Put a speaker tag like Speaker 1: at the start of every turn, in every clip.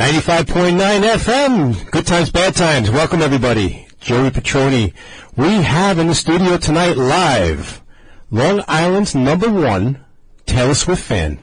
Speaker 1: 95.9 FM. Good times, bad times. Welcome everybody. Joey Petroni. We have in the studio tonight live Long Island's number one Taylor Swift fan.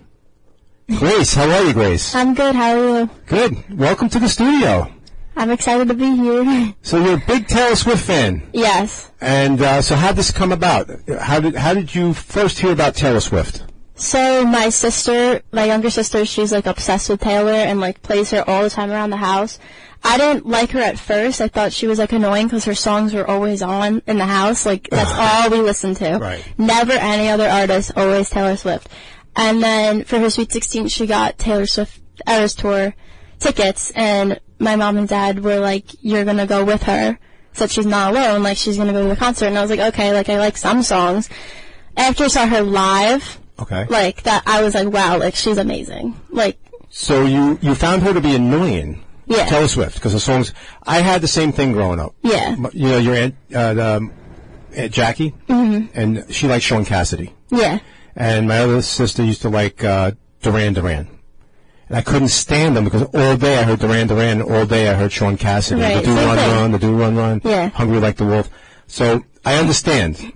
Speaker 1: Grace, how are you, Grace?
Speaker 2: I'm good. How are you?
Speaker 1: Good. Welcome to the studio.
Speaker 2: I'm excited to be here.
Speaker 1: So you're a big Taylor Swift fan,
Speaker 2: yes.
Speaker 1: and uh, so how did this come about? How did how did you first hear about Taylor Swift?
Speaker 2: So my sister, my younger sister, she's like obsessed with Taylor and like plays her all the time around the house. I didn't like her at first. I thought she was like annoying because her songs were always on in the house. Like that's all we listened to.
Speaker 1: Right.
Speaker 2: Never any other artist. Always Taylor Swift. And then for her sweet 16, she got Taylor Swift Eras Tour tickets, and my mom and dad were like, "You're gonna go with her." So that she's not alone, like she's gonna go to the concert, and I was like, okay, like I like some songs. After I saw her live,
Speaker 1: Okay.
Speaker 2: like that I was like, wow, like she's amazing. Like,
Speaker 1: So you you found her to be annoying.
Speaker 2: Yeah.
Speaker 1: Taylor Swift, because the songs. I had the same thing growing up.
Speaker 2: yeah,
Speaker 1: M- You know your aunt, uh, the, um, aunt Jackie, mm-hmm. and she liked Sean Cassidy,
Speaker 2: yeah,
Speaker 1: and my other sister used to like uh, Duran Duran. And I couldn't stand them because all day I heard Duran Duran, and all day I heard Sean Cassidy.
Speaker 2: Right,
Speaker 1: The do
Speaker 2: same
Speaker 1: run
Speaker 2: thing.
Speaker 1: run, the do run run.
Speaker 2: Yeah.
Speaker 1: Hungry like the wolf. So I understand.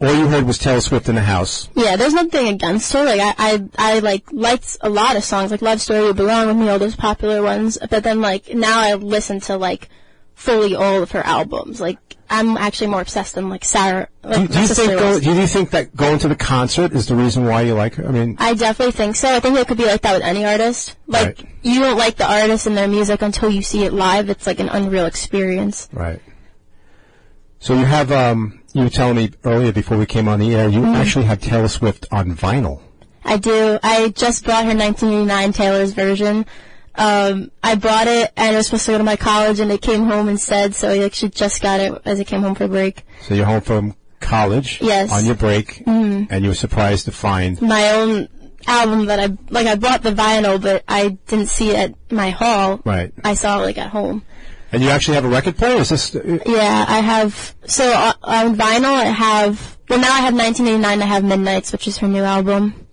Speaker 1: All you heard was Taylor Swift in the house.
Speaker 2: yeah. There's nothing against her. Like, I, I, I like liked a lot of songs, like Love Story, You Belong with Me, all those popular ones. But then, like, now I listen to like fully all of her albums. Like, I'm actually more obsessed than like Sarah. Like,
Speaker 1: Do you, do
Speaker 2: my
Speaker 1: you
Speaker 2: sister
Speaker 1: think go,
Speaker 2: was.
Speaker 1: do you think that going to the concert is the reason why you like her? I mean,
Speaker 2: I definitely think so. I think it could be like that with any artist. Like,
Speaker 1: Right.
Speaker 2: you don't like the artist and their music until you see it live. It's like an unreal experience.
Speaker 1: Right. So you have, um, you were telling me earlier before we came on the air, you
Speaker 2: Mm-hmm.
Speaker 1: actually have Taylor Swift on vinyl.
Speaker 2: I do. I just bought her 1989 Taylor's version. Um, I bought it and it was supposed to go to my college and it came home instead, so I actually just got it as it came home for break.
Speaker 1: So you're home from college.
Speaker 2: Yes. Mm-hmm.
Speaker 1: On your break. And you were surprised to find.
Speaker 2: My own album that I, like I bought the vinyl, but I didn't see it at my hall.
Speaker 1: Right.
Speaker 2: I saw it like at home.
Speaker 1: And you actually have a record player? Is this, uh,
Speaker 2: Yeah, I have, so on, on vinyl I have, well now I have 1989, I have Midnights, which is her new album.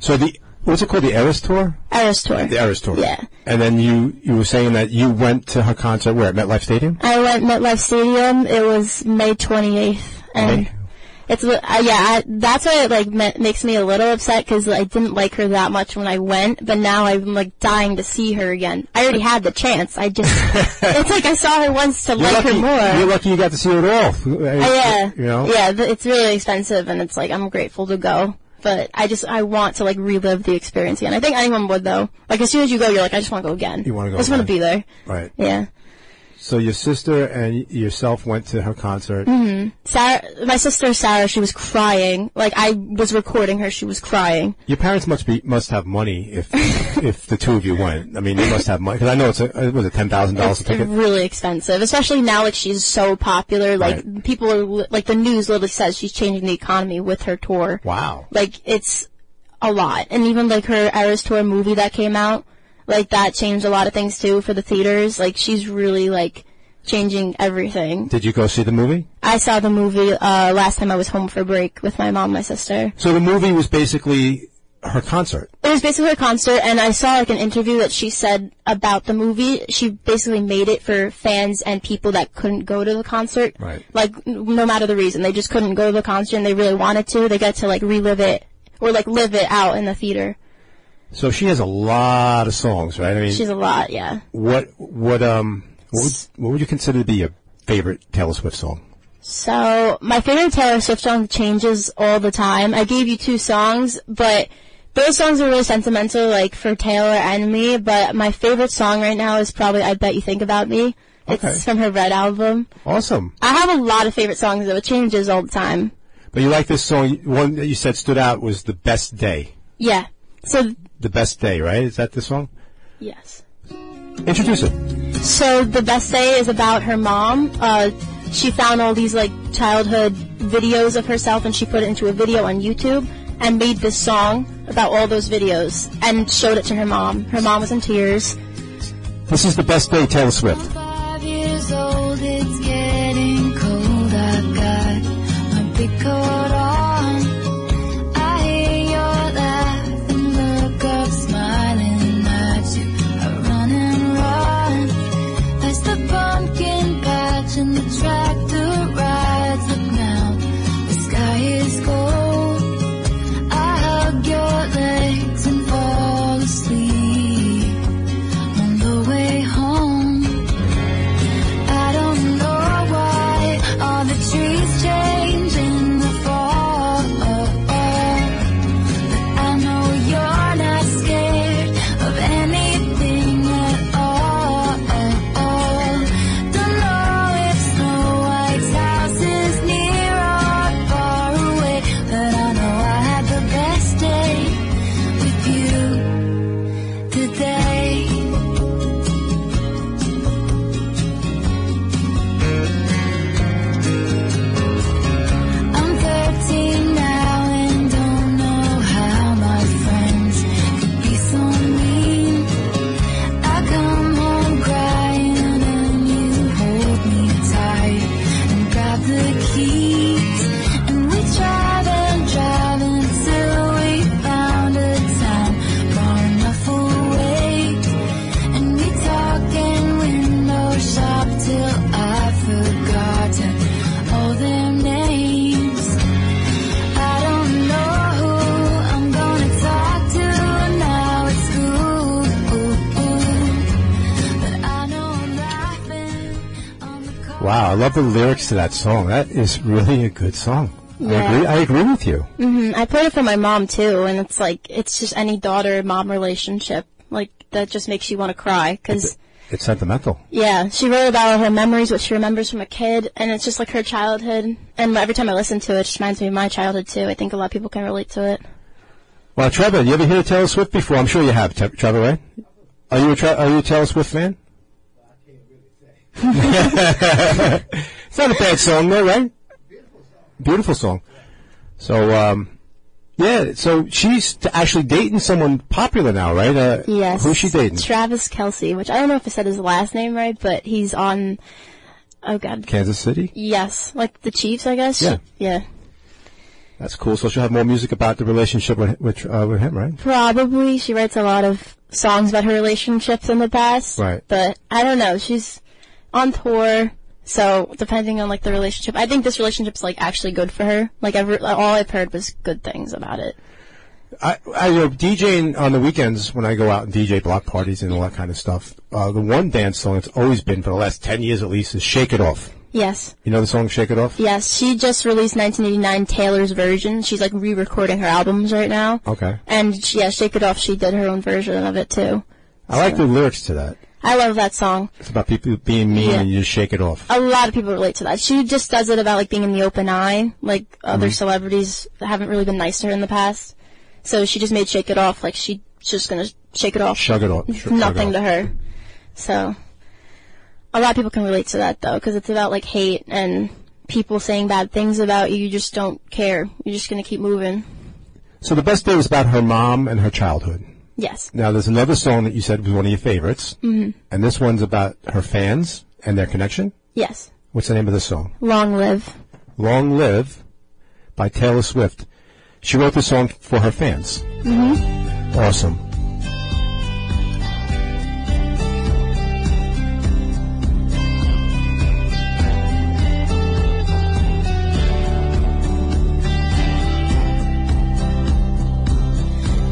Speaker 1: so the, what's it called? The Eras Tour?
Speaker 2: Eras Tour.
Speaker 1: The Eras Tour.
Speaker 2: Yeah.
Speaker 1: And then you, you were saying that you went to her concert where? At MetLife Stadium?
Speaker 2: I went MetLife Stadium. It was May 28th, and
Speaker 1: May.
Speaker 2: it's uh, yeah. I, that's why it like ma- makes me a little upset because I didn't like her that much when I went, but now I'm like dying to see her again. I already had the chance. I just it's like I saw her once to like
Speaker 1: lucky,
Speaker 2: her more. Uh,
Speaker 1: You're lucky you got to see her at all.
Speaker 2: yeah,
Speaker 1: You know?
Speaker 2: yeah. th- It's really expensive, and it's like I'm grateful to go. But I just I want to like relive the experience again. I think anyone would though. Like as soon as you go, you're like I just want to go again.
Speaker 1: You wanna go
Speaker 2: I just want to
Speaker 1: again.
Speaker 2: be there.
Speaker 1: Right.
Speaker 2: Yeah.
Speaker 1: So your sister and yourself went to her concert.
Speaker 2: Sarah, my sister Sarah, she was crying. Like I was recording her, she was crying.
Speaker 1: Your parents must be must have money if if the two of you went. I mean, they must have money because I know it's a it was a ten thousand dollars a
Speaker 2: It's
Speaker 1: ticket.
Speaker 2: really expensive, especially now. Like she's so popular. Like
Speaker 1: Right.
Speaker 2: people are li- like the news literally says she's changing the economy with her tour.
Speaker 1: Wow.
Speaker 2: Like it's a lot, and even like her Eras Tour movie that came out, like that changed a lot of things too for the theaters. Like she's really like changing everything.
Speaker 1: Did you go see the movie?
Speaker 2: I saw the movie uh, last time I was home for break with my mom, and my sister.
Speaker 1: So the movie was basically her concert.
Speaker 2: it was basically a concert and I saw like an interview that she said about the movie. She basically made it for fans and people that couldn't go to the concert.
Speaker 1: Right.
Speaker 2: Like n- no matter the reason, they just couldn't go to the concert and they really wanted to. They got to like relive it or like live it out in the theater.
Speaker 1: So she has a lot of songs, right? I mean,
Speaker 2: She's a lot, yeah.
Speaker 1: what what um what would, what would you consider to be your favorite Taylor Swift song?
Speaker 2: So my favorite Taylor Swift song changes all the time. I gave you two songs, but those songs are really sentimental, like for Taylor and me. But my favorite song right now is probably "I Bet You Think About Me." It's
Speaker 1: Okay.
Speaker 2: from her Red album.
Speaker 1: Awesome.
Speaker 2: I have a lot of favorite songs though. It changes all the time.
Speaker 1: But you like this song? One that you said stood out was the best day.
Speaker 2: Yeah. So
Speaker 1: The best day, right? Is that the song?
Speaker 2: yes.
Speaker 1: Introduce it.
Speaker 2: So the best day is about her mom. Uh, she found all these like childhood videos of herself, and she put it into a video on YouTube and made this song about all those videos and showed it to her mom. Her mom was in tears.
Speaker 1: This is the best day, Taylor Swift.
Speaker 3: Five years old, it's getting cold. I've got my big coat on. I hear your laugh and look up, smiling at you. I run
Speaker 1: Wow, I love the lyrics to that song. That is really a good song.
Speaker 2: Yeah.
Speaker 1: I agree. I agree with you.
Speaker 2: hmm I played it for my mom too, and it's like it's just any daughter mom relationship. Like that just makes you want to cry because
Speaker 1: It's sentimental.
Speaker 2: yeah, she wrote about all her memories, what she remembers from a kid, and it's just like her childhood. And every time I listen to it, it just reminds me of my childhood too. I think a lot of people can relate to it.
Speaker 1: Well, Trevor, you ever hear of Taylor Swift before? I'm sure you have, Te- Trevor. Right? Are you a Tra- are you a Taylor Swift fan? it's not a bad song, though, right? Beautiful song. So, um, yeah. So she's t- actually dating someone popular now, right? Uh,
Speaker 2: Yes.
Speaker 1: Who's she dating?
Speaker 2: Travis Kelsey, which I don't know if I said his last name right, but he's on. Oh God.
Speaker 1: Kansas City.
Speaker 2: Yes, like the Chiefs, I guess.
Speaker 1: Yeah.
Speaker 2: Yeah.
Speaker 1: That's cool. So she'll have more music about the relationship with with, uh, with him, right?
Speaker 2: Probably she writes a lot of songs about her relationships in the past.
Speaker 1: Right.
Speaker 2: But I don't know. She's on tour, so depending on like the relationship, I think this relationship's like actually good for her. Like I've re- all I've heard was good things about it.
Speaker 1: I, I you know, DJing on the weekends when I go out and DJ block parties and all that kind of stuff. Uh, the one dance song that's always been for the last ten years at least is "Shake It Off."
Speaker 2: Yes.
Speaker 1: You know the song "Shake It Off."
Speaker 2: Yes. She just released 1989 Taylor's version. She's like re-recording her albums right now.
Speaker 1: Okay,
Speaker 2: And she- yeah, Shake It Off. She did her own version of it too.
Speaker 1: I like the lyrics to that.
Speaker 2: I love that song.
Speaker 1: It's about people being mean
Speaker 2: Yeah.
Speaker 1: and you just shake it off.
Speaker 2: a lot of people relate to that. She just does it about like being in the open eye, like other
Speaker 1: Mm-hmm.
Speaker 2: celebrities haven't really been nice to her in the past. So she just made shake it off, like she, she's just gonna shake it off.
Speaker 1: Shug it off. Sh- shug it
Speaker 2: Nothing
Speaker 1: off.
Speaker 2: to her. So a lot of people can relate to that though, because it's about like hate and people saying bad things about you. You just don't care. You're just gonna keep moving.
Speaker 1: So the best day was about her mom and her childhood.
Speaker 2: Yes.
Speaker 1: Now there's another song that you said was one of your favorites, mm-hmm. and this one's about her fans and their connection.
Speaker 2: Yes.
Speaker 1: What's the name of the song?
Speaker 2: Long live.
Speaker 1: "Long Live" by Taylor Swift. She wrote the song for her fans. Mm-hmm. Awesome.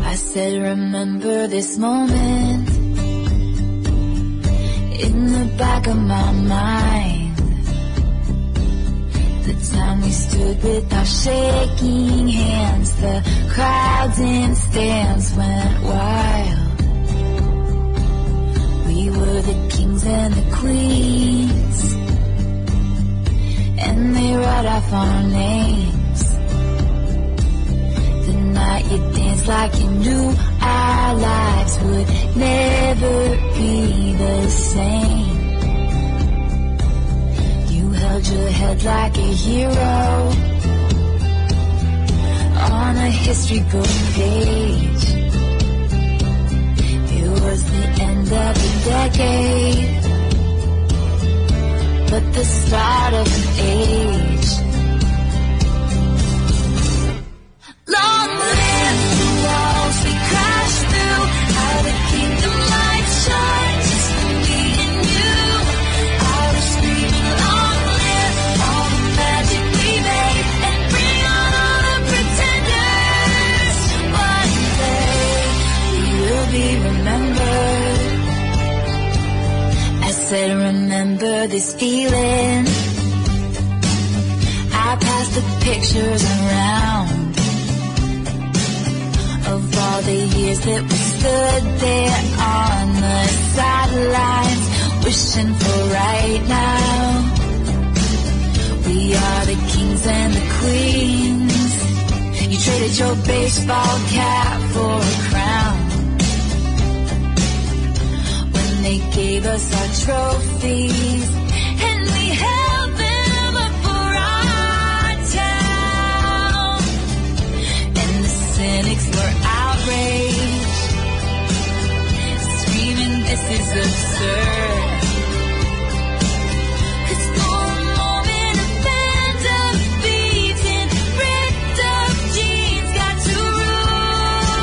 Speaker 3: I said, remember this moment in the back of my mind. The time we stood with our shaking hands, the crowds in stands went wild. We were the kings and the queens, and they wrote off our names. The night you danced like you knew our lives would never be the same. You held your head like a hero on a history book page. It was the end of a decade, but the start of an age. Long live the walls we crashed through. How the kingdom lights shine just for me and you. I was screaming, long live all the magic we made, and bring on all the pretenders. One day we will be remembered. I said, remember this feeling. I passed the pictures around of all the years that we stood there on the sidelines, wishing for right now. We are the kings and the queens. You traded your baseball cap for a crown. When they gave us our trophies. And we held them up for our town and the cynics were outraged, screaming, This is absurd. Cause for a moment, a band of thieves in ripped up jeans got to rule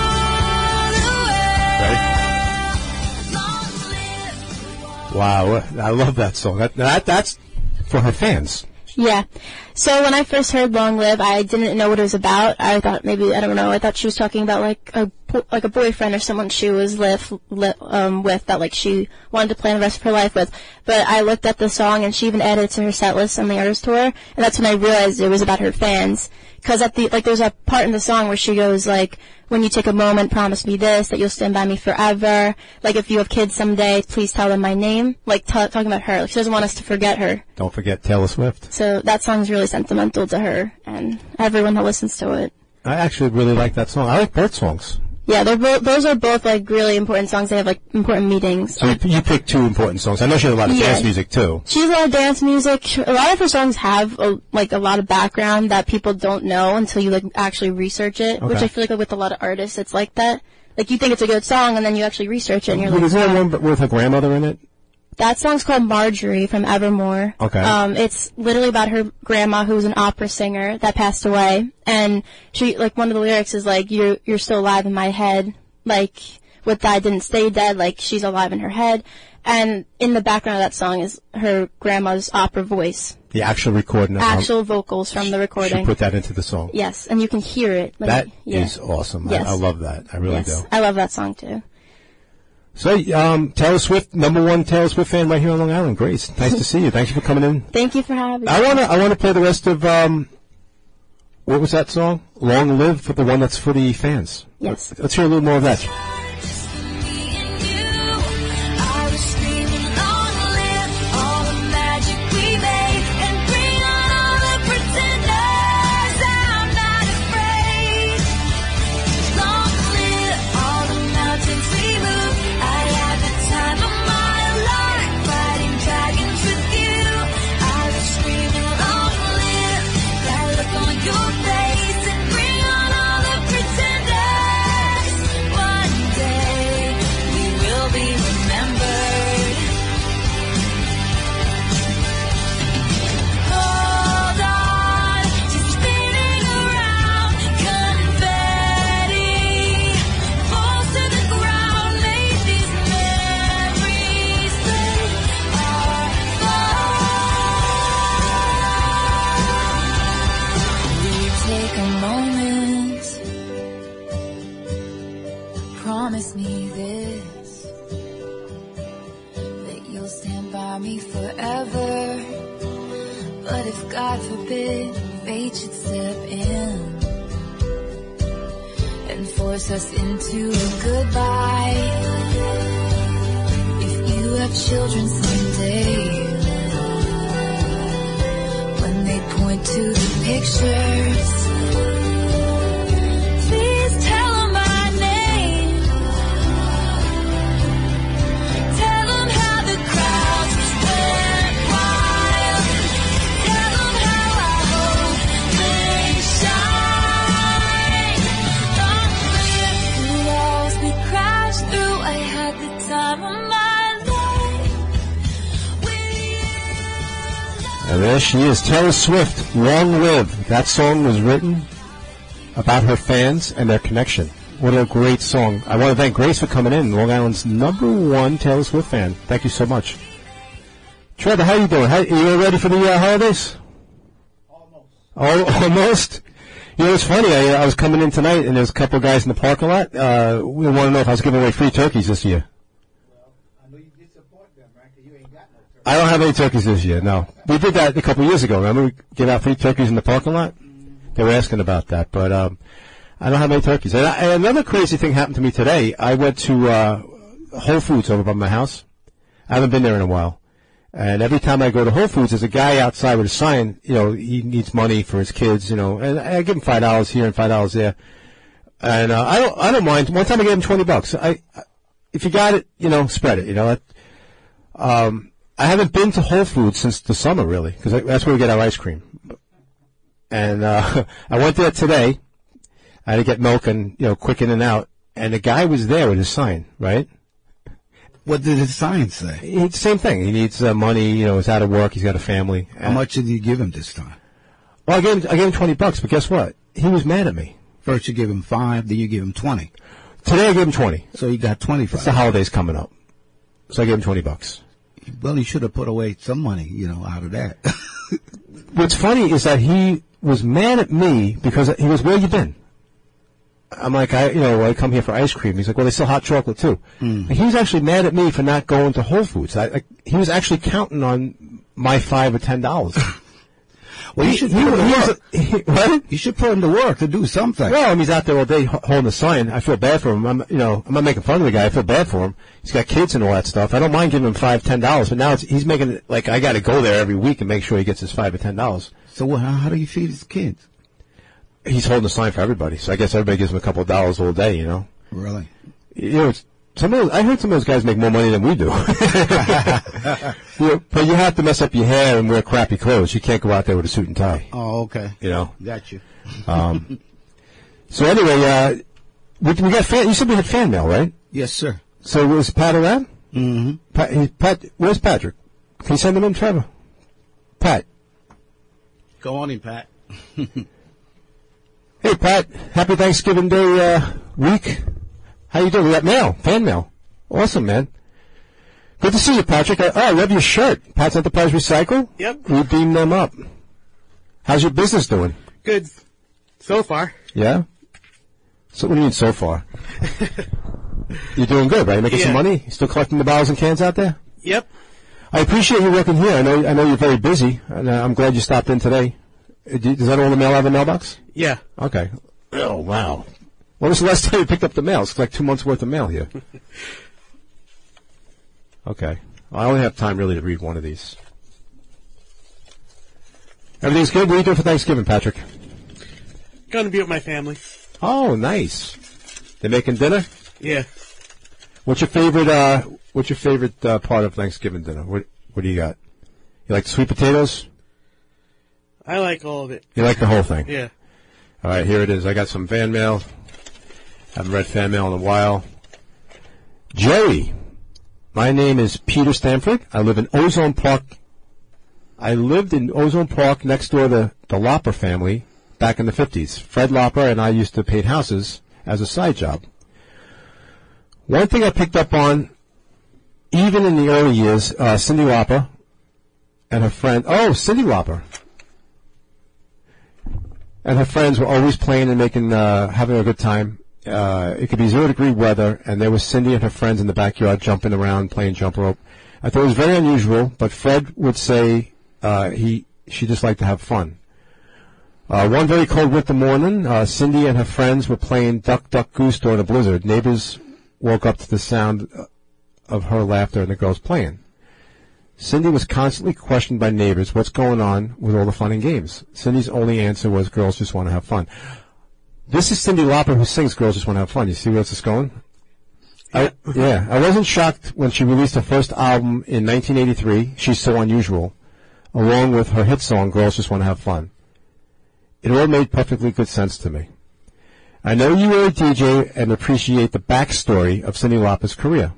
Speaker 3: the world. Long live
Speaker 1: Wow, I love that song. That, that that's for her fans.
Speaker 2: Yeah. So when I first heard "Long Live," I didn't know what it was about. I thought maybe I don't know. I thought she was talking about like a bo- like a boyfriend or someone she was live li- um, with that like she wanted to plan the rest of her life with. But I looked up the song and she even added it to her set list on the artist tour, and that's when I realized it was about her fans. Because at the like, there's a part in the song where she goes like, "When you take a moment, promise me this that you'll stand by me forever. Like if you have kids someday, please tell them my name." Like t- talking about her. Like she doesn't want us to forget her.
Speaker 1: Don't forget Taylor Swift.
Speaker 2: So that song's really sentimental to her and everyone that listens to it.
Speaker 1: I actually really like that song. I like both songs.
Speaker 2: Yeah, they're both, those are both like really important songs. They have like important meanings.
Speaker 1: So you, you picked two important songs. I know she had a lot of
Speaker 2: Yeah.
Speaker 1: dance music too.
Speaker 2: She has a lot of dance music. She- A lot of her songs have a, like a lot of background that people don't know until you like actually research it, which
Speaker 1: Okay.
Speaker 2: I feel like with a lot of artists it's like that. Like you think it's a good song and then you actually research it and you're
Speaker 1: Wait,
Speaker 2: like,
Speaker 1: is there one b- with her grandmother in it?
Speaker 2: That song's called Marjorie from Evermore.
Speaker 1: Okay.
Speaker 2: Um, it's literally about her grandma who was an opera singer that passed away. And she, like, one of the lyrics is like, you're, you're still alive in my head. Like, what died didn't stay dead. Like, she's alive in her head. And in the background of that song is her grandma's opera voice.
Speaker 1: The actual recording. of her-
Speaker 2: Actual vocals from the
Speaker 1: Um, She
Speaker 2: recording.
Speaker 1: put that into the song.
Speaker 2: yes. And you can hear it. Like,
Speaker 1: That is
Speaker 2: yeah.
Speaker 1: awesome.
Speaker 2: Yes.
Speaker 1: I, I love that. I really
Speaker 2: yes.
Speaker 1: do.
Speaker 2: I love that song too.
Speaker 1: So, um, Taylor Swift, number one Taylor Swift fan right here on Long Island. Grace, nice to see you. Thank you for coming in.
Speaker 2: Thank you for having me.
Speaker 1: I wanna, I wanna play the rest of, um, what was that song? Long Live for the one that's for the fans.
Speaker 2: Yes.
Speaker 1: Let's hear a little more of that.
Speaker 3: Just me and you. I was screaming, "Long live all the magic we made, and bring on all the pretenders." I'm not afraid. Long live all the mountains we moved. I had the time of my life fighting dragons with you. I was screaming, "Long live!" That look on your face, and bring on all the pretenders. One day we will be remembered. Hold on, she's spinning around, confetti falls to the ground. Ladies, memories they are We take a moment. Promise me this that you'll stand by me forever. But if God forbid fate should step in and force us into a goodbye, if you have children someday, when they point to the pictures, please tell 'em my name. Tell 'em how the crowds went wild. Tell 'em how I hope they shine. Long live the walls we crashed through. I had the time of my life with you.
Speaker 1: And there she is, Taylor Swift, Long Live. That song was written about her fans and their connection. What a great song. I want to thank Grace for coming in, Long Island's number one Taylor Swift fan. Thank you so much. Trevor, how you doing? How, you all ready for the uh, holidays? Almost. Oh, almost? You know, it's funny. I, I was coming in tonight, and there's a couple guys in the parking lot. Uh, we want to know if I was giving away free turkeys this year.
Speaker 4: I know you did support them, right? 'Cause you ain't got no turkey.
Speaker 1: I don't have any turkeys this year. No, we did that a couple years ago. Remember, we gave out free turkeys in the parking lot. They were asking about that, but um, I don't have any turkeys. And, I, and another crazy thing happened to me today. I went to uh, Whole Foods over by my house. I haven't been there in a while, and every time I go to Whole Foods, there's a guy outside with a sign. You know, he needs money for his kids. You know, and I give him five dollars here and five dollars there, and uh, I don't, I don't mind. One time I gave him twenty bucks. I, I, if you got it, you know, spread it. You know, that, I haven't been to Whole Foods since the summer, really, because that's where we get our ice cream. And uh, I went there today. I had to get milk and you know, quick in and out. And the guy was there with his sign, right?
Speaker 4: What did his sign say?
Speaker 1: He, same thing. He needs uh, money. You know, he's out of work. He's got a family.
Speaker 4: How much did you give him this time?
Speaker 1: Well, I gave him, I gave him twenty bucks, but guess what? He was mad at me.
Speaker 4: First you give him five, then you give him twenty.
Speaker 1: Today I gave him twenty.
Speaker 4: So he got
Speaker 1: It's the
Speaker 4: twenty-five.
Speaker 1: holidays coming up, so I gave him twenty bucks.
Speaker 5: well, he should have put away some money, you know, out of that.
Speaker 1: What's funny is that he was mad at me because he was, "Where you been?" I'm like, "I, you know, I come here for ice cream." He's like, "Well, they sell hot chocolate too." And he was actually mad at me for not going to Whole Foods. I, I, he was actually counting on my five or ten dollars.
Speaker 5: well, you
Speaker 1: He-
Speaker 5: should
Speaker 1: he
Speaker 5: put him to
Speaker 1: was-
Speaker 5: work.
Speaker 1: he- what?
Speaker 5: You should put him to work to do something.
Speaker 1: Well, I mean, he's out there all day h- holding a sign. I feel bad for him. I'm, you know, I'm not making fun of the guy. I feel bad for him. He's got kids and all that stuff. I don't mind giving him five, ten dollars, but now it's, he's making it like I got to go there every week and make sure he gets his five or ten dollars.
Speaker 5: So what, how, how do you feed his kids?
Speaker 1: He's holding a sign for everybody, so I guess everybody gives him a couple of dollars all day. You know,
Speaker 5: Really?
Speaker 1: you know, it's, some of those, I heard some of those guys make more money than we do. You know, but you have to mess up your hair and wear crappy clothes. You can't go out there with a suit and tie.
Speaker 5: Oh, okay.
Speaker 1: You know.
Speaker 5: Got you.
Speaker 1: So anyway, uh, we, we got fan. You said we had fan mail, right?
Speaker 5: Yes, sir.
Speaker 1: So was Pat around? Mm-hmm. Pat, he, Pat, where's Patrick? Can you send him in, Trevor? Pat.
Speaker 5: Go on in, Pat.
Speaker 1: Hey, Pat. Happy Thanksgiving Day uh, week. How you doing? We got mail, fan mail. Awesome, man. Good to see you, Patrick. I, oh, I love your shirt. Pat's Enterprise Recycle.
Speaker 6: Yep.
Speaker 1: We beam them up. How's your business doing?
Speaker 6: Good. So far.
Speaker 1: Yeah. So what do you mean so far? You're doing good, right? Making some
Speaker 6: Yeah.
Speaker 1: money. You still collecting the bottles and cans out there?
Speaker 6: Yep.
Speaker 1: I appreciate you working here. I know I know you're very busy, and uh, I'm glad you stopped in today. Uh, do- Does anyone in the mail have a mailbox?
Speaker 6: Yeah.
Speaker 1: Okay. Oh wow. When was the last time you picked up the mail? It's like two months worth of mail here. okay. I only have time really to read one of these. Everything's good. What are you doing for Thanksgiving, Patrick?
Speaker 6: Gonna be with my family.
Speaker 1: Oh, nice. They're making dinner.
Speaker 6: Yeah.
Speaker 1: What's your favorite? Uh, what's your favorite uh, part of Thanksgiving dinner? What What do you got? You like sweet potatoes?
Speaker 6: I like all of it.
Speaker 1: You like the whole thing?
Speaker 6: Yeah.
Speaker 1: All right, here it is. I got some fan mail. Haven't read fan mail in a while. Jerry, my name is Peter Stanford. I live in Ozone Park. I lived in Ozone Park next door to the Lopper family back in the 50s. Fred Lopper and I used to paint houses as a side job. One thing I picked up on, even in the early years, uh, Cindy Lopper and her friend, oh, Cindy Lopper, and her friends were always playing and making uh, having a good time. Uh, it could be zero degree weather, and there was Cindy and her friends in the backyard jumping around playing jump rope. I thought it was very unusual, but Fred would say uh, he she just liked to have fun. Uh, one very cold winter morning, uh, Cindy and her friends were playing duck, duck, goose during a blizzard. Neighbors woke up to the sound uh, of her laughter and the girls playing. Cindy was constantly questioned by neighbors what's going on with all the fun and games. Cindy's only answer was girls just want to have fun. This is Cindy Lauper who sings Girls Just Want to Have Fun. You see where this is going? I, yeah. I wasn't shocked when she released her first album in 1983, She's So Unusual, along with her hit song Girls Just Want to Have Fun. It all made perfectly good sense to me. I know you are a DJ and appreciate the backstory of Cindy Lauper's career.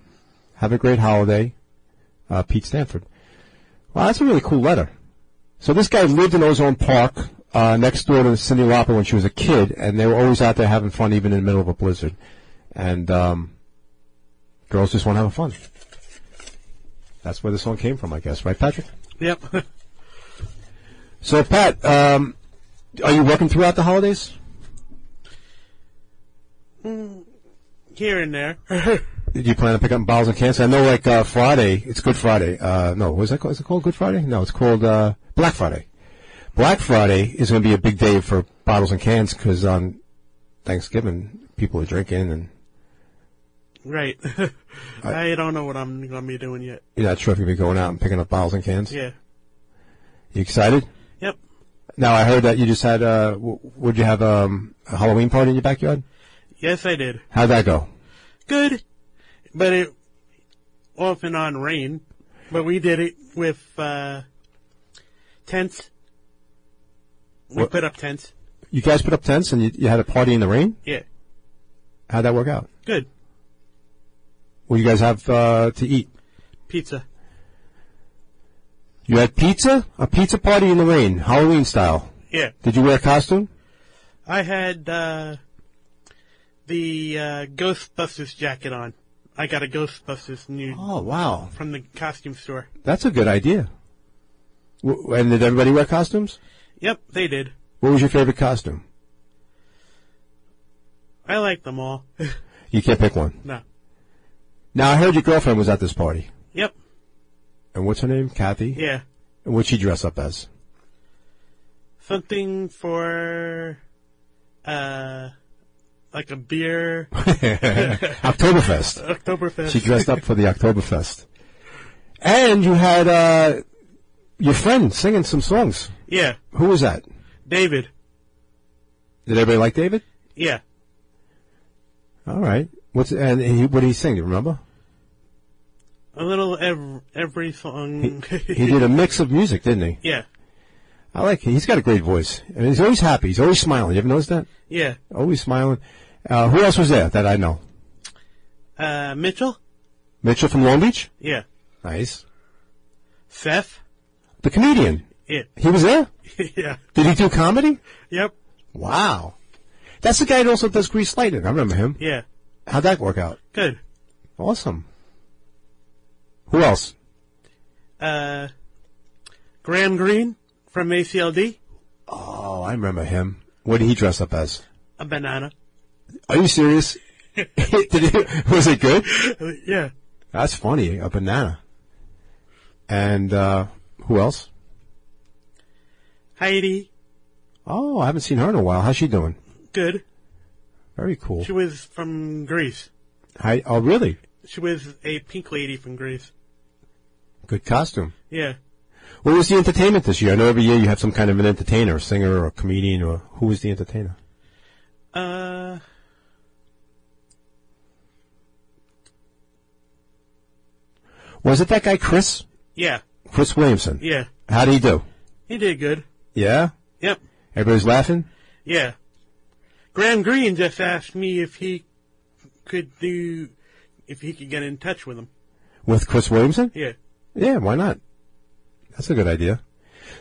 Speaker 1: Have a great holiday uh, Pete Stanford. Wow, that's a really cool letter. So this guy lived in Ozone Park uh, next door to Cindy Lauper when she was a kid, and they were always out there having fun, even in the middle of a blizzard. And um, girls just want to have fun. That's where the song came from, I guess, right, Patrick?
Speaker 6: Yep.
Speaker 1: So, Pat, um, are you working throughout the holidays?
Speaker 6: Here and there.
Speaker 1: Do you plan on picking up bottles and cans? I know, like uh, Friday, it's Good Friday. Uh, no, what is that called? Is it called Good Friday? No, it's called uh, Black Friday. Black Friday is going to be a big day for bottles and cans because on Thanksgiving people are drinking, and
Speaker 6: Right. I don't know what I'm gonna be doing yet.
Speaker 1: you're not sure if you're going to be going out and picking up bottles and cans.
Speaker 6: Yeah.
Speaker 1: You excited?
Speaker 6: Yep.
Speaker 1: Now I heard that you just had. Uh, w- would you have um, a Halloween party in your backyard?
Speaker 6: Yes, I did.
Speaker 1: How'd that go?
Speaker 6: Good. But it off and on rain. But we did it with uh tents. We
Speaker 1: What-
Speaker 6: put up tents.
Speaker 1: You guys put up tents and you, you had a party in the rain.
Speaker 6: Yeah.
Speaker 1: How'd that work out?
Speaker 6: Good.
Speaker 1: What do you guys have uh, to eat?
Speaker 6: Pizza.
Speaker 1: You had pizza, a pizza party in the rain, Halloween style.
Speaker 6: Yeah.
Speaker 1: Did you wear a costume?
Speaker 6: I had uh, the uh, Ghostbusters jacket on. I got a Ghostbusters new
Speaker 1: Oh, wow.
Speaker 6: from the costume store.
Speaker 1: That's a good idea. W- and did everybody wear costumes?
Speaker 6: Yep, they did.
Speaker 1: What was your favorite costume?
Speaker 6: I like them all.
Speaker 1: You can't pick one.
Speaker 6: no.
Speaker 1: Now, I heard your girlfriend was at this party.
Speaker 6: Yep.
Speaker 1: And what's her name? Kathy?
Speaker 6: Yeah.
Speaker 1: And what'd she dress up as?
Speaker 6: Something for, uh, like a beer,
Speaker 1: Oktoberfest.
Speaker 6: Oktoberfest.
Speaker 1: She dressed up for the Oktoberfest. And you had uh, your friend singing some songs.
Speaker 6: yeah.
Speaker 1: Who was that?
Speaker 6: David.
Speaker 1: Did everybody like David?
Speaker 6: Yeah.
Speaker 1: All right. What's and he, what did he sing? Do you remember?
Speaker 6: A little ev- every song.
Speaker 1: He did a mix of music, didn't he?
Speaker 6: yeah.
Speaker 1: I like. He's got a great voice, and he's always happy. He's always smiling. You ever noticed that?
Speaker 6: Yeah.
Speaker 1: Always smiling. Uh, who else was there that I know?
Speaker 6: Uh, Mitchell?
Speaker 1: Mitchell from Long Beach.
Speaker 6: Yeah.
Speaker 1: Nice.
Speaker 6: Seth?
Speaker 1: The comedian.
Speaker 6: Yeah.
Speaker 1: He was there.
Speaker 6: yeah.
Speaker 1: Did he do comedy?
Speaker 6: Yep.
Speaker 1: Wow. That's the guy that also does Grease Lightning. I remember him.
Speaker 6: Yeah.
Speaker 1: How'd that work out?
Speaker 6: Good.
Speaker 1: Awesome. Who else?
Speaker 6: Uh, Graham Green from ACLD?
Speaker 1: Oh, I remember him. What did he dress up as?
Speaker 6: A banana.
Speaker 1: Are you serious? Did he, was it good?
Speaker 6: Uh, yeah.
Speaker 1: That's funny. A banana. And uh, who else?
Speaker 6: Heidi?
Speaker 1: Oh, I haven't seen her in a while. How's she doing?
Speaker 6: Good.
Speaker 1: Very cool.
Speaker 6: She was from Greece.
Speaker 1: Hi, oh, really?
Speaker 6: She was a pink lady from Greece.
Speaker 1: Good costume.
Speaker 6: Yeah.
Speaker 1: What was the entertainment this year? I know every year you have some kind of an entertainer, a singer or a comedian, or who was the entertainer?
Speaker 6: Uh,
Speaker 1: Was it that guy Chris?
Speaker 6: yeah.
Speaker 1: Chris Williamson.
Speaker 6: Yeah.
Speaker 1: How did he do?
Speaker 6: He did good.
Speaker 1: Yeah?
Speaker 6: Yep.
Speaker 1: Everybody's laughing?
Speaker 6: Yeah. Graham Green just asked me if he could do, if he could get in touch with him.
Speaker 1: With Chris Williamson?
Speaker 6: Yeah.
Speaker 1: Yeah, why not? That's a good idea.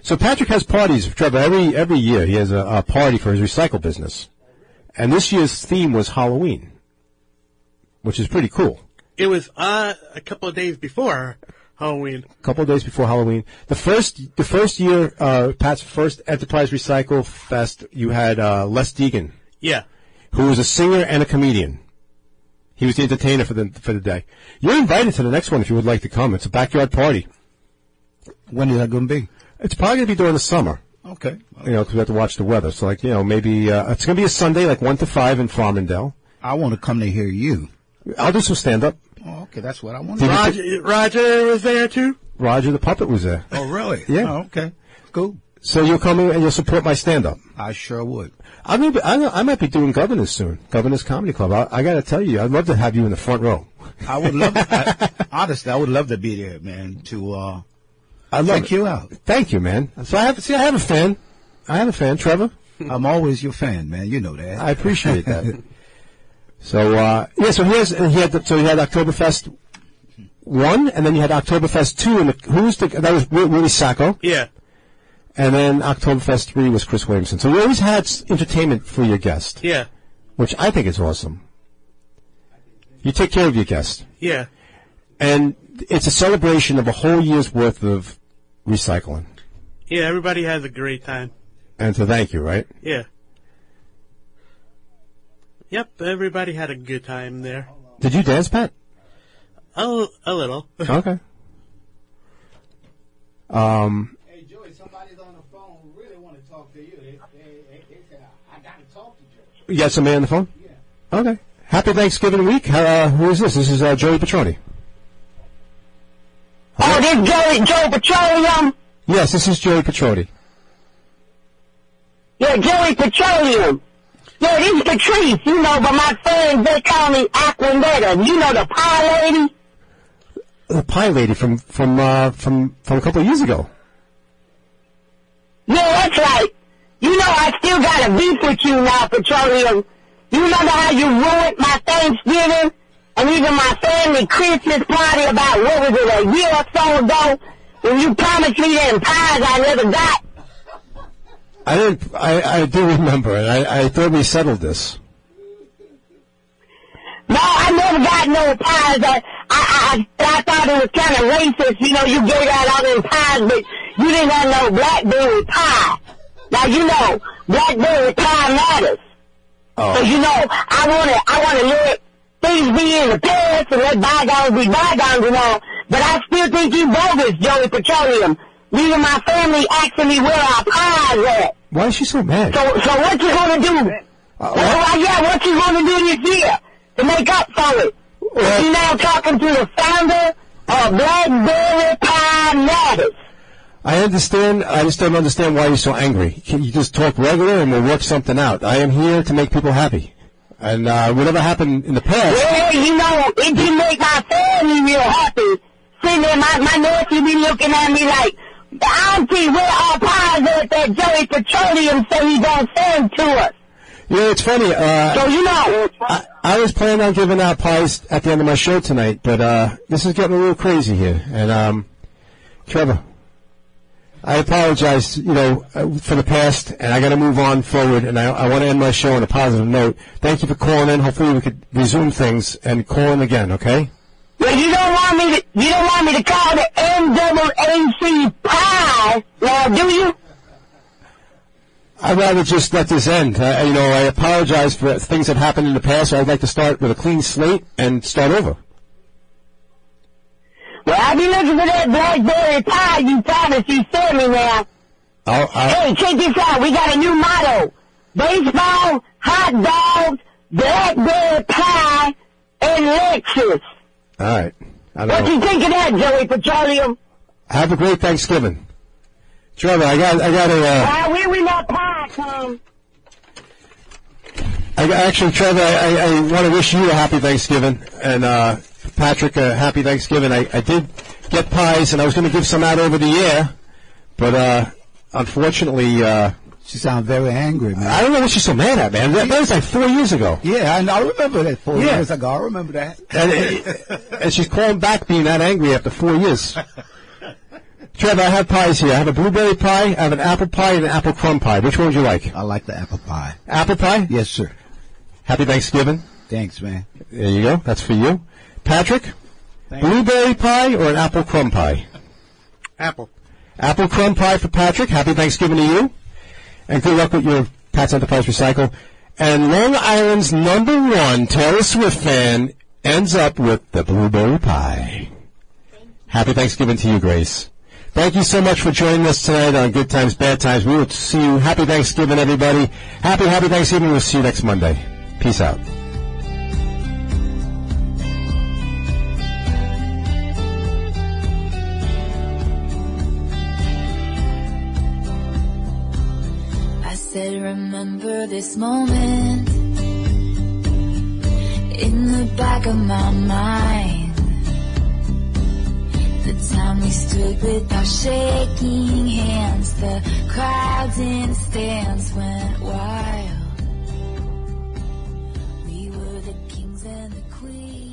Speaker 1: So Patrick has parties, Trevor. Every every year he has a, a party for his recycle business, and this year's theme was Halloween, which is pretty cool.
Speaker 6: It was uh, a couple of days before Halloween.
Speaker 1: A couple of days before Halloween, the first the first year, uh, Pat's first Enterprise Recycle Fest, you had uh, Les Deegan,
Speaker 6: Yeah.
Speaker 1: who was a singer and a comedian. He was the entertainer for the for the day. You're invited to the next one if you would like to come. It's a backyard party.
Speaker 5: When is that going to be?
Speaker 1: It's probably going to be during the summer.
Speaker 5: Okay.
Speaker 1: you know, 'cause we have to watch the weather. So, like, you know, maybe uh, it's going to be a Sunday, like one to five in Farmingdale.
Speaker 5: I want to come to hear you.
Speaker 1: I'll do some stand up.
Speaker 5: Oh, okay, that's what I want.
Speaker 1: Did you-
Speaker 6: Roger, Roger was there too?
Speaker 1: Roger the puppet was there,
Speaker 5: Oh, really?
Speaker 1: Yeah.
Speaker 5: Oh, okay. Cool.
Speaker 1: so you'll come in and you'll support my stand up.
Speaker 5: I sure would.
Speaker 1: I mean, I, I might be doing Governors soon, Governors Comedy Club. I, I got to tell you, I'd love to have you in the front row.
Speaker 5: I would love. I, honestly, I would love to be there, man. To uh,
Speaker 1: I love
Speaker 5: check you out.
Speaker 1: Thank you, man. So I have see, I have a fan. I have a fan, Trevor.
Speaker 5: I'm always your fan, man. You know that.
Speaker 1: I appreciate that. so uh, yeah, so here's and he had the, so he had Oktoberfest one, and then you had Oktoberfest two, and the, who's the that was Wi- Willie Sacco.
Speaker 6: Yeah.
Speaker 1: And then Oktoberfest 3 was Chris Williamson. So we always had s- entertainment for your guest,
Speaker 6: Yeah.
Speaker 1: which I think is awesome. You take care of your guest.
Speaker 6: Yeah.
Speaker 1: And it's a celebration of a whole year's worth of recycling.
Speaker 6: Yeah. Everybody has a great time.
Speaker 1: And to thank you, right?
Speaker 6: Yeah. Yep. Everybody had a good time there.
Speaker 1: Did you dance, Pat?
Speaker 6: A, l- a little.
Speaker 1: Okay.
Speaker 4: Hey, Joey, somebody's on the phone who really want to talk to you. They, they, they, they said, I, I got to talk to Joey.
Speaker 1: You got somebody on the phone? Yeah. Okay. Happy Thanksgiving week. Uh, who is this? This is uh, Joey Petroni.
Speaker 7: Oh, this Joey, Joey Petroleum.
Speaker 1: Yes, this is Joey Petroni.
Speaker 7: Yeah, Joey Petroleum. Yeah, this is Patrice, you know, but my friends, they call me Aquanetta. You know, the pie lady?
Speaker 1: The pie lady from, from, uh, from, from a couple of years ago.
Speaker 7: Yeah, that's right. You know, I still got a beef with you now, Petroleum. You remember how you ruined my Thanksgiving and even my family Christmas party about, what was it, a year or so ago? When you promised me them pies I never got.
Speaker 1: I didn't, I, I do remember it. I, I thought we settled this.
Speaker 7: No, I never got no pies. I, I, I, I thought it was kind of racist. You know, you gave out all them pies, but you didn't have no blackberry pie. Now you know blackberry pie matters. So you know, I want to, I want to let things be in the past and let bygones be bygones and all. But I still think you bogus, Joey Petroleum. Leaving my family asking me where our pies at.
Speaker 1: Why is she so mad?
Speaker 7: So, so what you gonna do? That's why, yeah, what you gonna do this year to make up for it?
Speaker 1: Well-
Speaker 7: you now talking to the founder of Blackberry Pie Matters.
Speaker 1: I understand. I just don't understand why you're so angry. Can you just talk regular and we'll work something out? I am here to make people happy, and uh, whatever happened in the past.
Speaker 7: Well, you know, it didn't make my family real happy. Sitting there, my, my nephew be looking at me like, Auntie, where are pies at that Joey Petroleum say he don't send to us?
Speaker 1: Yeah, it's funny. Uh,
Speaker 7: So, you know,
Speaker 1: I, I was planning on giving out pies at the end of my show tonight, but uh, this is getting a little crazy here. And um, Trevor, I apologize, you know, uh, for the past, and I got to move on forward. And I, I want to end my show on a positive note. Thank you for calling in. Hopefully, we could resume things and call in again. Okay?
Speaker 7: well, you don't want me to, you don't want me to call the NAAC pie, now do you?
Speaker 1: I'd rather just let this end. I, I- you know, I apologize for things that happened in the past. I'd like to start with a clean slate and start over.
Speaker 7: Well, I be looking for that Blackberry pie you promised you sent me now.
Speaker 1: I'll, I'll,
Speaker 7: Hey, check this out. We got a new motto. Baseball, hot dogs, blackberry pie, and Lexus.
Speaker 1: all right. I
Speaker 7: What
Speaker 1: know.
Speaker 7: you think of that, Joey Petroleum?
Speaker 1: Have a great Thanksgiving, Trevor. I got, I got a, uh,
Speaker 7: Why, where we not pie come?
Speaker 1: I got, actually, Trevor, I, I, I want to wish you a happy Thanksgiving and uh, Patrick a happy Thanksgiving. I, I did get pies, and I was going to give some out over the air, but uh, unfortunately, uh,
Speaker 5: She sounds very angry, man.
Speaker 1: I don't know what she's so mad at, man. That, that was like four years ago.
Speaker 5: yeah, I, know. I remember that four
Speaker 1: Yeah.
Speaker 5: years ago. I remember that.
Speaker 1: and, uh, and she's calling back being that angry after four years. Trevor, I have pies here. I have a blueberry pie, I have an apple pie, and an apple crumb pie. Which one would you like?
Speaker 5: I like the apple pie.
Speaker 1: Apple pie?
Speaker 5: Yes, sir.
Speaker 1: Happy Thanksgiving.
Speaker 5: Thanks, man.
Speaker 1: There you go. That's for you. Patrick,
Speaker 5: Thank you.
Speaker 1: blueberry pie or an apple crumb pie?
Speaker 6: Apple.
Speaker 1: Apple crumb pie for Patrick. Happy Thanksgiving to you. And good luck with your Pat's Enterprise Recycle. And Long Island's number one Taylor Swift fan ends up with the blueberry pie. Happy Thanksgiving to you, Grace. Thank you so much for joining us tonight on Good Times, Bad Times. We will see you. Happy Thanksgiving, everybody. Happy, happy Thanksgiving. We'll see you next Monday. Peace out.
Speaker 3: I said, remember this moment in the back of my mind. The time we stood without shaking hands, the crowds in the stands went wild. We were the kings and the queens.